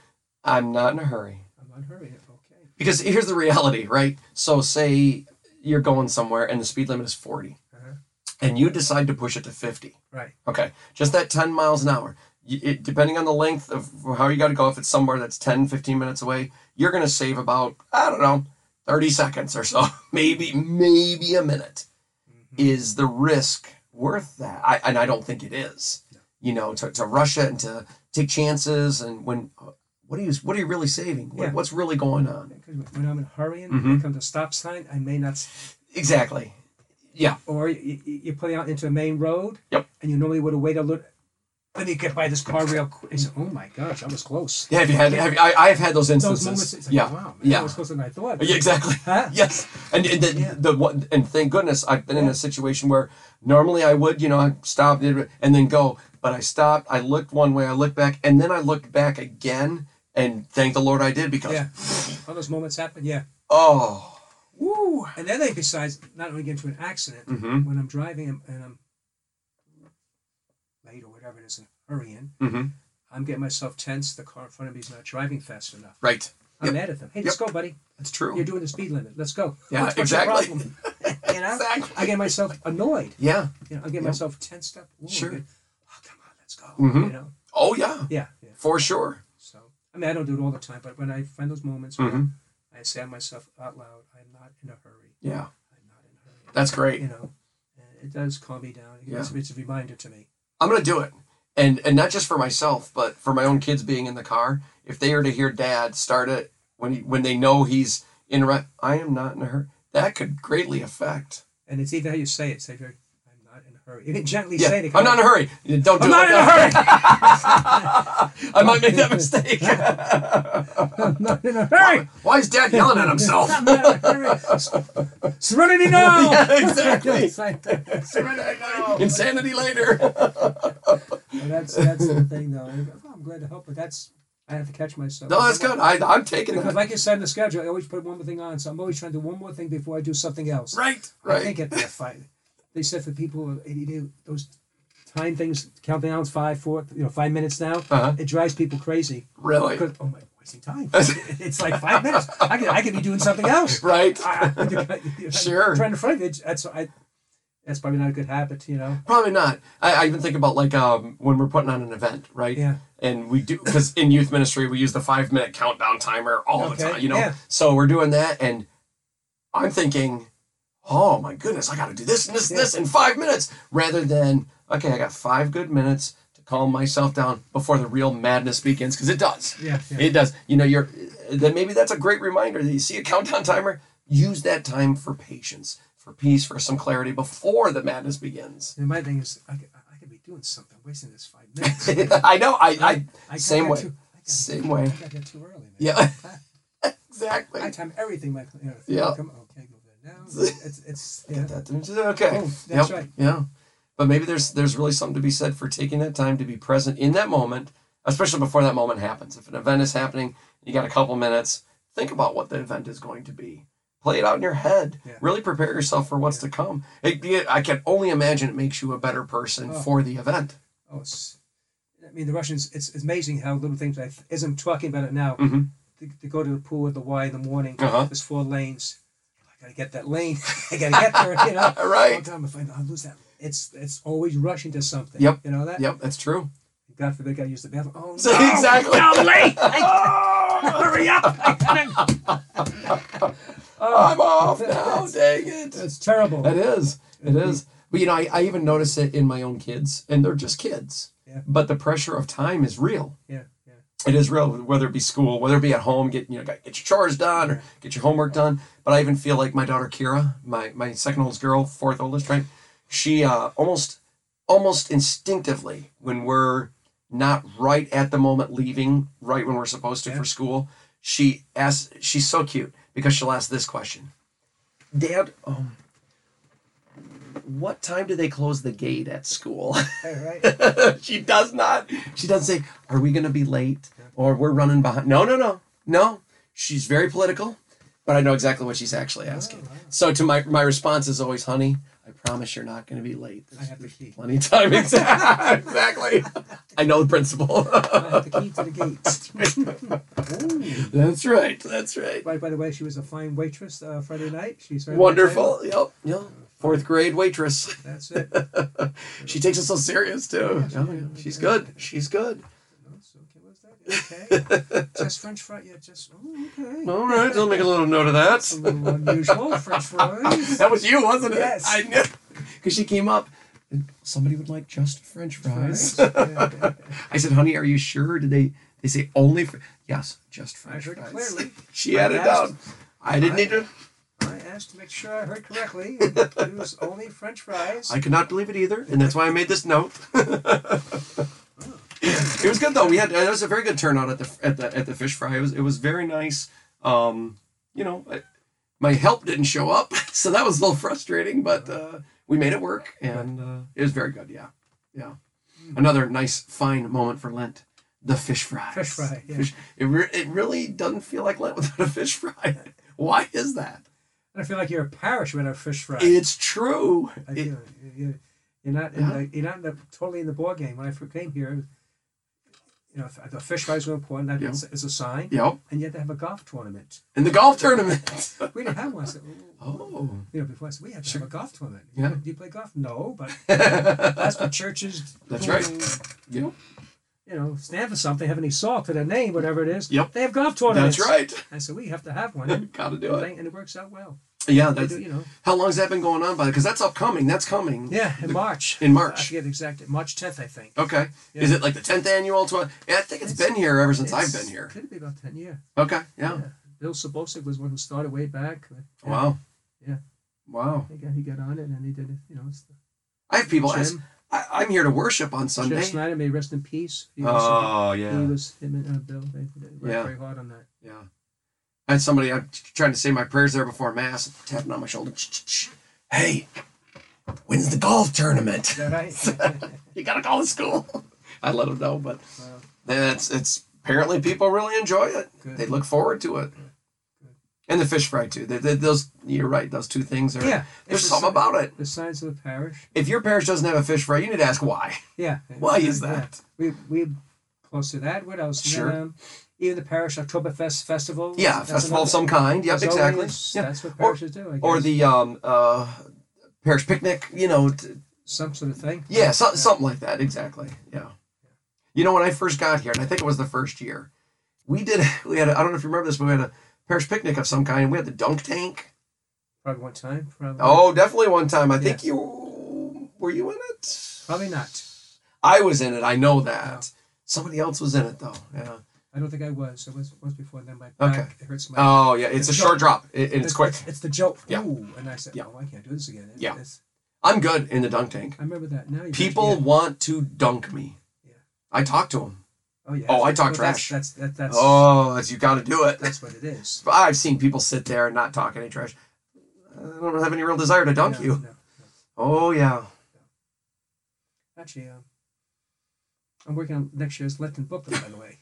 [SPEAKER 1] I'm not in a hurry
[SPEAKER 2] I'm not in a hurry. Okay,
[SPEAKER 1] because here's the reality, right? So say you're going somewhere and the speed limit is 40,
[SPEAKER 2] Uh-huh.
[SPEAKER 1] and you decide to push it to 50.
[SPEAKER 2] right.
[SPEAKER 1] Okay, just that 10 miles an hour. Y- It, depending on the length of how you got to go, if it's somewhere that's 10, 15 minutes away, you're going to save about, I don't know, 30 seconds or so. maybe, maybe a minute.
[SPEAKER 2] Mhm.
[SPEAKER 1] Is the risk worth that? I, and I don't think it is.
[SPEAKER 2] No.
[SPEAKER 1] You know, to, to rush it and to take chances and when, what are you, what are you really saving? What,
[SPEAKER 2] Yeah.
[SPEAKER 1] What's really going on?
[SPEAKER 2] Because when I'm in a hurry and
[SPEAKER 1] Mhm.
[SPEAKER 2] I come to a stop sign, I may not, s-
[SPEAKER 1] Exactly. Yeah.
[SPEAKER 2] or you, you, you pull out into a main road.
[SPEAKER 1] Yep.
[SPEAKER 2] And you normally would have waited a little. Let me get by this car real quick. And you say, oh my gosh, I was close.
[SPEAKER 1] Have you had, have you, I, I've had those
[SPEAKER 2] Those
[SPEAKER 1] instances.
[SPEAKER 2] moments, it's like,
[SPEAKER 1] yeah.
[SPEAKER 2] wow, man,
[SPEAKER 1] Yeah.
[SPEAKER 2] that was closer than I thought.
[SPEAKER 1] yeah. Exactly.
[SPEAKER 2] Huh?
[SPEAKER 1] Yes, and, and the,
[SPEAKER 2] Yeah.
[SPEAKER 1] the one and thank goodness I've been in
[SPEAKER 2] Yeah.
[SPEAKER 1] a situation where normally I would you know I stop and then go, but I stopped. I looked one way, I looked back, and then I looked back again, and thank the Lord I did because
[SPEAKER 2] Yeah. All those moments happen, yeah.
[SPEAKER 1] oh, woo,
[SPEAKER 2] And then, like, besides, not only get into an accident,
[SPEAKER 1] mm-hmm,
[SPEAKER 2] when I'm driving and, and I'm late or whatever it is and hurrying,
[SPEAKER 1] mm-hmm,
[SPEAKER 2] I'm getting myself tense. The car in front of me is not driving fast enough.
[SPEAKER 1] right,
[SPEAKER 2] I'm mad at them. Hey, let's go, buddy.
[SPEAKER 1] that's true,
[SPEAKER 2] You're doing the speed limit. Let's go.
[SPEAKER 1] Yeah,
[SPEAKER 2] What's- what's
[SPEAKER 1] exactly.
[SPEAKER 2] Your problem? you know?
[SPEAKER 1] Exactly.
[SPEAKER 2] I get myself annoyed.
[SPEAKER 1] yeah,
[SPEAKER 2] You know, I get
[SPEAKER 1] Yeah.
[SPEAKER 2] myself tensed up. Ooh,
[SPEAKER 1] Sure.
[SPEAKER 2] good. Oh, come on, let's go.
[SPEAKER 1] Mhm.
[SPEAKER 2] You know?
[SPEAKER 1] oh yeah,
[SPEAKER 2] Yeah, yeah.
[SPEAKER 1] for sure,
[SPEAKER 2] So, I mean, I don't do it all the time, but when I find those moments
[SPEAKER 1] Mhm.
[SPEAKER 2] where I say to myself out loud, I'm not in a hurry.
[SPEAKER 1] yeah,
[SPEAKER 2] I'm not in a hurry.
[SPEAKER 1] that's great.
[SPEAKER 2] you know, and it does calm me down. It gives- It's a reminder to me.
[SPEAKER 1] I'm gonna do it. And and not just for myself, but for my own kids being in the car. If they are to hear dad start it when he, when they know he's in a ru- I am not in a hurry. That could greatly affect.
[SPEAKER 2] And it's even how you say it. Say, very, I'm not in a hurry. You can gently
[SPEAKER 1] Yeah, Oh,
[SPEAKER 2] say it.
[SPEAKER 1] I'm not in a hurry. You Don't do
[SPEAKER 2] I'm
[SPEAKER 1] it like
[SPEAKER 2] not in a
[SPEAKER 1] that. I might make that mistake.
[SPEAKER 2] I'm not in a hurry.
[SPEAKER 1] Why is dad yelling at himself?
[SPEAKER 2] I'm not in a hurry. Serenity now.
[SPEAKER 1] Yeah, exactly.
[SPEAKER 2] Same thing. Serenity now.
[SPEAKER 1] Insanity later.
[SPEAKER 2] Well, that's that's the thing, though. I'm glad to help, but that's I have to catch myself.
[SPEAKER 1] No, that's good. I, I'm taking
[SPEAKER 2] Because,
[SPEAKER 1] that.
[SPEAKER 2] like you said in the schedule, I always put one more thing on, so I'm always trying to do one more thing before I do something else.
[SPEAKER 1] Right,
[SPEAKER 2] I think
[SPEAKER 1] right.
[SPEAKER 2] it, five, they said for people who are 82, those time things, counting down five, four, you know, five minutes now,
[SPEAKER 1] Uh-huh.
[SPEAKER 2] it drives people crazy.
[SPEAKER 1] Really.
[SPEAKER 2] Because, oh my, wasting time. it's like five minutes. I could, I could be doing something else.
[SPEAKER 1] Right.
[SPEAKER 2] I- I- you know,
[SPEAKER 1] Sure.
[SPEAKER 2] Trying to front it, that's I. That's probably not a good habit, you know.
[SPEAKER 1] Probably not. I, I even think about like um, when we're putting on an event, right?
[SPEAKER 2] Yeah.
[SPEAKER 1] And we do because in youth ministry we use the five minute countdown timer all the
[SPEAKER 2] Okay,
[SPEAKER 1] time, you know.
[SPEAKER 2] yeah.
[SPEAKER 1] So we're doing that, and I'm thinking, oh my goodness, I got to do this and this and
[SPEAKER 2] Yeah.
[SPEAKER 1] this in five minutes, rather than okay, I got five good minutes to calm myself down before the real madness begins because it does.
[SPEAKER 2] Yeah. yeah.
[SPEAKER 1] It does. You know, you're then maybe that's a great reminder that you see a countdown timer, use that time for patience, for peace, for some clarity before the madness begins.
[SPEAKER 2] and my thing is, I, could- I could be doing something, wasting this five minutes.
[SPEAKER 1] I know, I, I
[SPEAKER 2] I
[SPEAKER 1] Same
[SPEAKER 2] got
[SPEAKER 1] way.
[SPEAKER 2] there Too, I got,
[SPEAKER 1] same way.
[SPEAKER 2] I got there too early. Man.
[SPEAKER 1] Yeah.
[SPEAKER 2] I
[SPEAKER 1] exactly.
[SPEAKER 2] time everything. My you know,
[SPEAKER 1] Yeah.
[SPEAKER 2] Come, okay, go there now. It's it's yeah.
[SPEAKER 1] That- mm, Okay.
[SPEAKER 2] Oh, that's
[SPEAKER 1] Yep,
[SPEAKER 2] right.
[SPEAKER 1] Yeah. But maybe there's there's really something to be said for taking that time to be present in that moment, especially before that moment happens. If an event is happening, you got a couple minutes, think about what the event is going to be. Play it out in your head.
[SPEAKER 2] Yeah.
[SPEAKER 1] Really prepare yourself for what's to come. It, it- I can only imagine it makes you a better person
[SPEAKER 2] Oh.
[SPEAKER 1] for the event.
[SPEAKER 2] Oh, it's, I mean the Russians. It's, it's amazing how little things. I, as I'm talking about it now,
[SPEAKER 1] Mhm.
[SPEAKER 2] to, to go to the pool at the Y in the morning.
[SPEAKER 1] Uh-huh.
[SPEAKER 2] There's four lanes. I gotta get that lane. I gotta get there. You know.
[SPEAKER 1] All right.
[SPEAKER 2] One time if I I lose that, it's it's always rushing to something.
[SPEAKER 1] Yep.
[SPEAKER 2] You know that.
[SPEAKER 1] Yep, that's true.
[SPEAKER 2] God forbid, I gotta use the bathroom. Oh no!
[SPEAKER 1] So- exactly.
[SPEAKER 2] I'm late. I, hurry up! I gotta.
[SPEAKER 1] I'm off now. Dang it.
[SPEAKER 2] That's terrible.
[SPEAKER 1] It is. It is. But you know, I, I even notice it in my own kids, and they're just kids.
[SPEAKER 2] Yeah.
[SPEAKER 1] But the pressure of time is real.
[SPEAKER 2] Yeah, yeah.
[SPEAKER 1] It is real, whether it be school, whether it be at home, get you know, get your chores done or get your homework done. But I even feel like my daughter Kira, my my second oldest girl, fourth oldest, right? She uh, almost almost instinctively when we're not right at the moment leaving, right when we're supposed to
[SPEAKER 2] Yeah.
[SPEAKER 1] for school, she asks. She's so cute because she'll ask this question, Dad. Um, what time do they close the gate at school?
[SPEAKER 2] All right.
[SPEAKER 1] she does not. She doesn't say, "Are we going to be late?" or "We're running behind." No, no, no, no. She's very political, but I know exactly what she's actually asking.
[SPEAKER 2] Oh, wow.
[SPEAKER 1] So to my my response is always, "Honey, I promise you're not going to be late. There's
[SPEAKER 2] I have the key.
[SPEAKER 1] plenty of time." exactly. I know the principle.
[SPEAKER 2] I have the key to the gate. Ooh.
[SPEAKER 1] that's right. That's right.
[SPEAKER 2] By, by the way, she was a fine waitress uh, Friday night. She's very
[SPEAKER 1] Wonderful. Yep. Yep. Fourth grade waitress.
[SPEAKER 2] nice. That's it. Oh,
[SPEAKER 1] She takes it so serious too.
[SPEAKER 2] she
[SPEAKER 1] Oh,
[SPEAKER 2] did.
[SPEAKER 1] yeah. She's good. She's good.
[SPEAKER 2] Oh, so okay, what's that? Okay. just French fry. Yeah, just. Oh, okay.
[SPEAKER 1] All right. I'll make a little note of that.
[SPEAKER 2] A little unusual French fries.
[SPEAKER 1] That was you, wasn't it?
[SPEAKER 2] Yes.
[SPEAKER 1] I knew. Because she came up. and Somebody would like just French fries.
[SPEAKER 2] Yeah.
[SPEAKER 1] I said, "Honey, are you sure?" Did they they say only? Fr-? Yes, just
[SPEAKER 2] I
[SPEAKER 1] French
[SPEAKER 2] heard
[SPEAKER 1] fries.
[SPEAKER 2] clearly.
[SPEAKER 1] She had it
[SPEAKER 2] asked-
[SPEAKER 1] down. I didn't need to.
[SPEAKER 2] I asked to make sure I heard correctly. and It was only French fries.
[SPEAKER 1] I could not believe it either, and that's why I made this note. it was good though. We had it was a very good turnout at the at the at the fish fry. It was it was very nice. Um, you know, I, my help didn't show up, so that was a little frustrating, but uh, we made it work, and uh, it was very good. Yeah, yeah. Another nice, fine moment for Lent. The fish fries.
[SPEAKER 2] Fish fry, yeah.
[SPEAKER 1] Fish- it, re- it really doesn't feel like Lent without a fish fry. Why is that?
[SPEAKER 2] I feel like you're a parish without fish fries.
[SPEAKER 1] It's true.
[SPEAKER 2] I
[SPEAKER 1] It-
[SPEAKER 2] feel it. You- You're not in
[SPEAKER 1] Yeah.
[SPEAKER 2] the, you're not in the, totally in the ball game. When I first came here, you know, I thought fish fries were important. That
[SPEAKER 1] Yeah.
[SPEAKER 2] is is a sign,
[SPEAKER 1] yep.
[SPEAKER 2] and yet they have a golf tournament.
[SPEAKER 1] In the golf tournament.
[SPEAKER 2] We didn't have one. I said,
[SPEAKER 1] Oh.
[SPEAKER 2] you know, before I said we had to have a golf tournament.
[SPEAKER 1] Yeah.
[SPEAKER 2] Do you play golf? No, but
[SPEAKER 1] That's
[SPEAKER 2] that's what churches.
[SPEAKER 1] right.
[SPEAKER 2] who,
[SPEAKER 1] Yep.
[SPEAKER 2] You know, stand for something, have any salt to their name, whatever it is.
[SPEAKER 1] Yep.
[SPEAKER 2] They have golf tournaments.
[SPEAKER 1] That's right.
[SPEAKER 2] And so we have to have one, and,
[SPEAKER 1] Gotta do it.
[SPEAKER 2] and it works out well.
[SPEAKER 1] Yeah,
[SPEAKER 2] They
[SPEAKER 1] that's
[SPEAKER 2] do, you know.
[SPEAKER 1] how long's that been going on by because that's upcoming. That's coming.
[SPEAKER 2] Yeah, in March.
[SPEAKER 1] In
[SPEAKER 2] I
[SPEAKER 1] March.
[SPEAKER 2] forget the exact March 10th, I think.
[SPEAKER 1] Okay. Is it like the tenth annual to yeah, I think it's been here ever since I've
[SPEAKER 2] It's-
[SPEAKER 1] been here.
[SPEAKER 2] Could be about 10 years.
[SPEAKER 1] Okay. Yeah.
[SPEAKER 2] Yeah. Bill Sabosik was one who started way back. Yeah,
[SPEAKER 1] Wow.
[SPEAKER 2] Yeah.
[SPEAKER 1] Wow.
[SPEAKER 2] He got, he got on it and he did it. You know, it's the
[SPEAKER 1] I have people ask
[SPEAKER 2] Jim,
[SPEAKER 1] I, I'm here to worship on
[SPEAKER 2] Jim
[SPEAKER 1] Sunday.
[SPEAKER 2] Snyder may rest in peace. He was,
[SPEAKER 1] Oh
[SPEAKER 2] he
[SPEAKER 1] yeah.
[SPEAKER 2] was him and uh, Bill. They, they worked
[SPEAKER 1] Yeah.
[SPEAKER 2] very hard on that.
[SPEAKER 1] Yeah. I had somebody I'm t- trying to say my prayers there before mass, tapping on my shoulder. Hey, when's the golf tournament?
[SPEAKER 2] Is that right?
[SPEAKER 1] You gotta call the school. I let them know, but
[SPEAKER 2] Well,
[SPEAKER 1] That's it's apparently people really enjoy it.
[SPEAKER 2] Good.
[SPEAKER 1] They look forward to it. And the fish fry too. They, they, those you're right. Those two things are.
[SPEAKER 2] yeah.
[SPEAKER 1] There's
[SPEAKER 2] it's the
[SPEAKER 1] something
[SPEAKER 2] si-
[SPEAKER 1] about it.
[SPEAKER 2] The signs of the parish.
[SPEAKER 1] If your parish doesn't have a fish fry, you need to ask why.
[SPEAKER 2] Yeah.
[SPEAKER 1] Why is
[SPEAKER 2] Yeah.
[SPEAKER 1] that?
[SPEAKER 2] We, we close to that. What else? And then,
[SPEAKER 1] Sure.
[SPEAKER 2] um, even the parish Oktoberfest festival.
[SPEAKER 1] Yeah, a festival of some kind. Yep, exactly. Yeah.
[SPEAKER 2] That's what
[SPEAKER 1] Or-
[SPEAKER 2] parishes do. I guess.
[SPEAKER 1] Or the um uh parish picnic, you know, t-
[SPEAKER 2] Some sort of thing.
[SPEAKER 1] yeah, so, something like that. Exactly. Yeah. You know, when I first got here, and I think it was the first year, we did. We had. A, I don't know if you remember this, but we had a parish picnic of some kind. and We had the dunk tank.
[SPEAKER 2] Probably one time. Probably.
[SPEAKER 1] Oh, definitely one time. I think
[SPEAKER 2] Yes.
[SPEAKER 1] you were you in it.
[SPEAKER 2] Probably not.
[SPEAKER 1] I was in it. I know that. Somebody else was in it though. Yeah.
[SPEAKER 2] I don't think I was. It was was before then. My
[SPEAKER 1] Okay.
[SPEAKER 2] back hurts. My
[SPEAKER 1] Oh yeah, it's a
[SPEAKER 2] It's
[SPEAKER 1] short drop it, and it's quick.
[SPEAKER 2] It's, the jolt.
[SPEAKER 1] Yeah.
[SPEAKER 2] Ooh, and I said,
[SPEAKER 1] Yeah.
[SPEAKER 2] "Oh, I can't do this again." It-
[SPEAKER 1] Yeah.
[SPEAKER 2] it's-
[SPEAKER 1] I'm good in the dunk tank.
[SPEAKER 2] I remember that now. you mention-
[SPEAKER 1] People
[SPEAKER 2] yeah.
[SPEAKER 1] want to dunk me.
[SPEAKER 2] Yeah.
[SPEAKER 1] I talk to them.
[SPEAKER 2] Oh yeah.
[SPEAKER 1] oh, I talk
[SPEAKER 2] that's-
[SPEAKER 1] trash.
[SPEAKER 2] That's that's that's,
[SPEAKER 1] Oh, that's- you got to do it.
[SPEAKER 2] that's what it is.
[SPEAKER 1] I've seen people sit there and not talk any trash. I don't have any real desire to dunk
[SPEAKER 2] No,
[SPEAKER 1] you.
[SPEAKER 2] no.
[SPEAKER 1] Oh yeah.
[SPEAKER 2] Actually, um, I'm working on next year's Lenten booklet, by the way.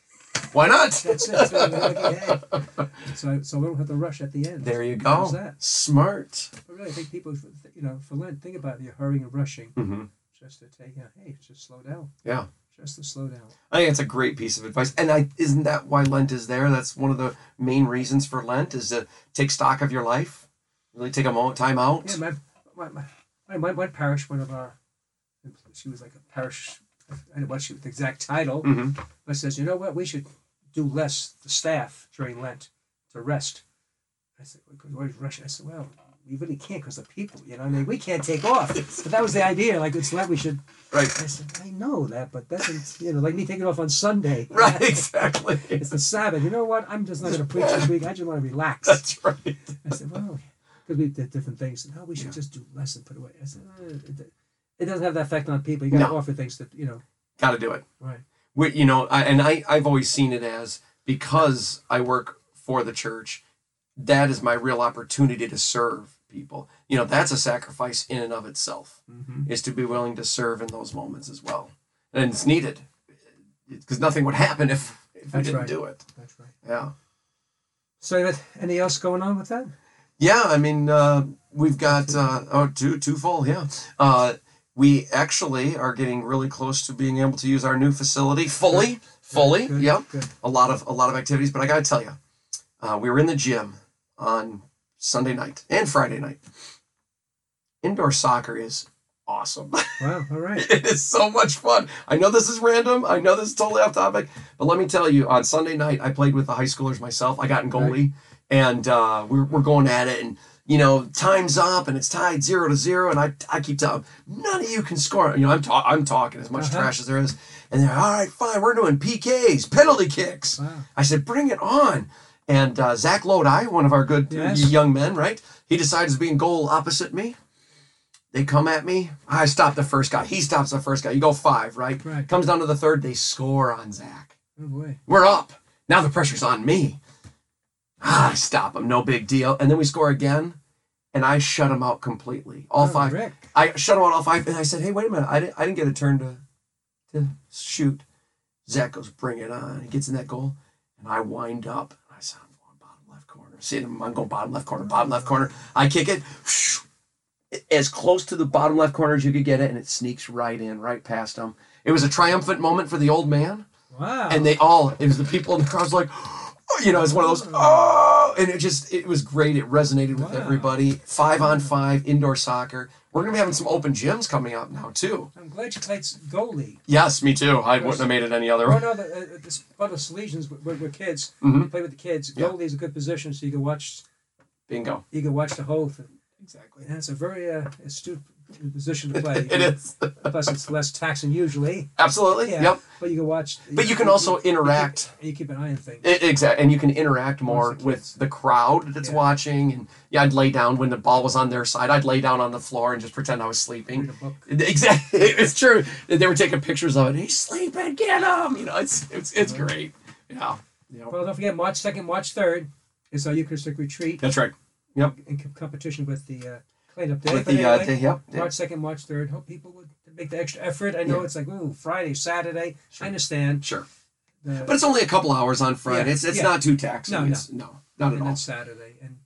[SPEAKER 1] Why not?
[SPEAKER 2] That's it. That's what I'm looking at. So, I- so we don't have to rush at the end.
[SPEAKER 1] There you
[SPEAKER 2] How's
[SPEAKER 1] go.
[SPEAKER 2] that?
[SPEAKER 1] Smart.
[SPEAKER 2] But really, I think people, should th- you know, for Lent, think about your hurrying and rushing.
[SPEAKER 1] hmm
[SPEAKER 2] Just to take, you know, hey, just slow down.
[SPEAKER 1] Yeah.
[SPEAKER 2] Just to slow down.
[SPEAKER 1] I think it's a great piece of advice. And I isn't that why Lent is there? That's one of the main reasons for Lent is to take stock of your life. Really take a moment time out.
[SPEAKER 2] Yeah, my my, my, my, my, my parish, one of our, she was like a parish, I don't know what she, the exact title,
[SPEAKER 1] hmm
[SPEAKER 2] but says, you know what, we should do less, the staff, during Lent, to rest. I said, we could always rush. I said, well, we really can't because the people, you know, I mean, we can't take off. But that was the idea, like, it's Lent, we should,
[SPEAKER 1] Right.
[SPEAKER 2] I said, I know that, but that's, you know, like me taking off on Sunday.
[SPEAKER 1] Right, exactly.
[SPEAKER 2] It's the Sabbath. You know what? I'm just not going to preach this week. I just want to relax.
[SPEAKER 1] That's right.
[SPEAKER 2] I said, well, because we did different things. No, we should
[SPEAKER 1] Yeah.
[SPEAKER 2] just do less and put away. I said, "Uh, it, it doesn't have that effect on people. You got to
[SPEAKER 1] No.
[SPEAKER 2] offer things that, you know,
[SPEAKER 1] Got to do it.
[SPEAKER 2] right.
[SPEAKER 1] we, you know, I, and I, I've always seen it as because I work for the church, that is my real opportunity to serve people. You know, that's a sacrifice in and of itself,
[SPEAKER 2] Mm-hmm.
[SPEAKER 1] is to be willing to serve in those moments as well. And it's needed because nothing would happen if, if we
[SPEAKER 2] That's
[SPEAKER 1] didn't
[SPEAKER 2] right.
[SPEAKER 1] do it.
[SPEAKER 2] That's right.
[SPEAKER 1] Yeah.
[SPEAKER 2] So, but any else going on with that?
[SPEAKER 1] Yeah, I mean, uh, we've got uh, oh, two, two full, yeah. Uh, we actually are getting really close to being able to use our new facility fully, fully,
[SPEAKER 2] Good,
[SPEAKER 1] yep.
[SPEAKER 2] Good.
[SPEAKER 1] a lot of a lot of activities. But I gotta tell you, uh, we were in the gym on Sunday night and Friday night. Indoor soccer is awesome.
[SPEAKER 2] Wow. All right.
[SPEAKER 1] it is so much fun. I know this is random. I know this is totally off topic, but let me tell you, on Sunday night I played with the high schoolers myself. I got in goalie, and uh, we're we're going at it and. You know, time's up and it's tied zero to zero, and I, I keep telling 'em, none of you can score. You know, I'm ta- I'm talking as much
[SPEAKER 2] Uh-huh.
[SPEAKER 1] trash as there is, and they're all right, fine. We're doing PKs, penalty kicks.
[SPEAKER 2] Wow.
[SPEAKER 1] I said, bring it on. And uh, Zach Lodi, one of our good
[SPEAKER 2] Yes.
[SPEAKER 1] young men, right? He decides to be in goal opposite me. They come at me. I stop the first guy. He stops the first guy. You go five, right?
[SPEAKER 2] Right.
[SPEAKER 1] Comes down to the third. They score on Zach.
[SPEAKER 2] Oh boy.
[SPEAKER 1] We're up. Now the pressure's on me. Ah, I stop him. No big deal. And then we score again. And I shut him out completely. All
[SPEAKER 2] Oh,
[SPEAKER 1] five.
[SPEAKER 2] Rick.
[SPEAKER 1] I shut him out all five, and I said, "Hey, wait a minute! I didn't, I didn't get a turn to, to shoot." Zach goes, "Bring it on!" He gets in that goal, and I wind up. I said, "I'm going bottom left corner." See, I'm I'm going bottom left corner, bottom left corner. I kick it, as close to the bottom left corner as you could get it, and it sneaks right in, right past him. It was a triumphant moment for the old man,
[SPEAKER 2] Wow.
[SPEAKER 1] and they all. It was the people in the crowd was like. You know, it's one of those, oh, and it just, it was great. It resonated with
[SPEAKER 2] Wow.
[SPEAKER 1] everybody. Five on five, indoor soccer. We're going to be having some open gyms coming up now, too.
[SPEAKER 2] I'm glad you played s- goalie.
[SPEAKER 1] Yes, me too. I wouldn't have made it any other
[SPEAKER 2] Oh
[SPEAKER 1] way.
[SPEAKER 2] no, the, uh, uh, this bunch of Salesians were, were, were kids.
[SPEAKER 1] Mhm.
[SPEAKER 2] Play with the kids.
[SPEAKER 1] Yeah.
[SPEAKER 2] Goalie is a good position, so you can watch.
[SPEAKER 1] Bingo.
[SPEAKER 2] You can watch the whole thing.
[SPEAKER 1] Exactly.
[SPEAKER 2] And it's a very uh, astute position to play.
[SPEAKER 1] It is.
[SPEAKER 2] Plus, it's less taxing usually.
[SPEAKER 1] Absolutely.
[SPEAKER 2] Yeah.
[SPEAKER 1] Yep.
[SPEAKER 2] But you can watch.
[SPEAKER 1] But you can also interact.
[SPEAKER 2] You keep an eye on things.
[SPEAKER 1] Exactly. E, And you can interact more
[SPEAKER 2] Lots of kids.
[SPEAKER 1] with the crowd that's
[SPEAKER 2] Yeah.
[SPEAKER 1] watching. And yeah, I'd lay down when the ball was on their side. I'd lay down on the floor and just pretend I was
[SPEAKER 2] Read
[SPEAKER 1] sleeping.
[SPEAKER 2] a book.
[SPEAKER 1] Exactly. It's true. They were taking pictures of it. He's sleeping. Get him. You know, it's it's, it's great. Yeah. Yeah.
[SPEAKER 2] Well, don't forget March second, March third is our Eucharistic retreat
[SPEAKER 1] That's right.
[SPEAKER 2] in co- competition with the uh, cleanup day.
[SPEAKER 1] With
[SPEAKER 2] But
[SPEAKER 1] the uh,
[SPEAKER 2] anyway,
[SPEAKER 1] the- yep.
[SPEAKER 2] March second, March third. Hope people would make the extra effort. I know
[SPEAKER 1] Yeah.
[SPEAKER 2] it's like ooh Friday, Saturday.
[SPEAKER 1] Sure.
[SPEAKER 2] I understand.
[SPEAKER 1] Sure.
[SPEAKER 2] The,
[SPEAKER 1] But it's only a couple hours on Friday.
[SPEAKER 2] Yeah,
[SPEAKER 1] It's it's
[SPEAKER 2] yeah.
[SPEAKER 1] not too taxing.
[SPEAKER 2] No, no.
[SPEAKER 1] It's- no, not at
[SPEAKER 2] and
[SPEAKER 1] all.
[SPEAKER 2] then Saturday and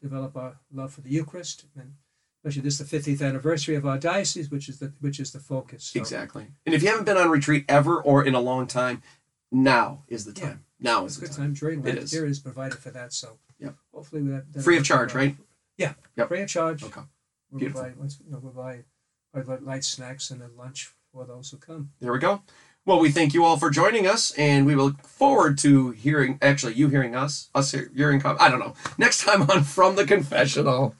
[SPEAKER 2] develop our love for the Eucharist and especially this is the fiftieth anniversary of our diocese, which is the which is the focus. So
[SPEAKER 1] Exactly. And if you haven't been on retreat ever or in a long time, now is the
[SPEAKER 2] Yeah.
[SPEAKER 1] time. Now
[SPEAKER 2] It's
[SPEAKER 1] is
[SPEAKER 2] a
[SPEAKER 1] the
[SPEAKER 2] good
[SPEAKER 1] time.
[SPEAKER 2] time during Lent.
[SPEAKER 1] is.
[SPEAKER 2] Here is provided for that. So
[SPEAKER 1] Yep.
[SPEAKER 2] hopefully we have that
[SPEAKER 1] Free of charge, right? Yep.
[SPEAKER 2] Free of charge.
[SPEAKER 1] Okay.
[SPEAKER 2] We'll
[SPEAKER 1] Beautiful.
[SPEAKER 2] provide, let's, you know, provide, provide light snacks and a lunch for those who come.
[SPEAKER 1] There we go. Well, we thank you all for joining us, and we look forward to hearing, actually, you hearing us, us hear- hearing, com- I don't know, next time on From the Confessional.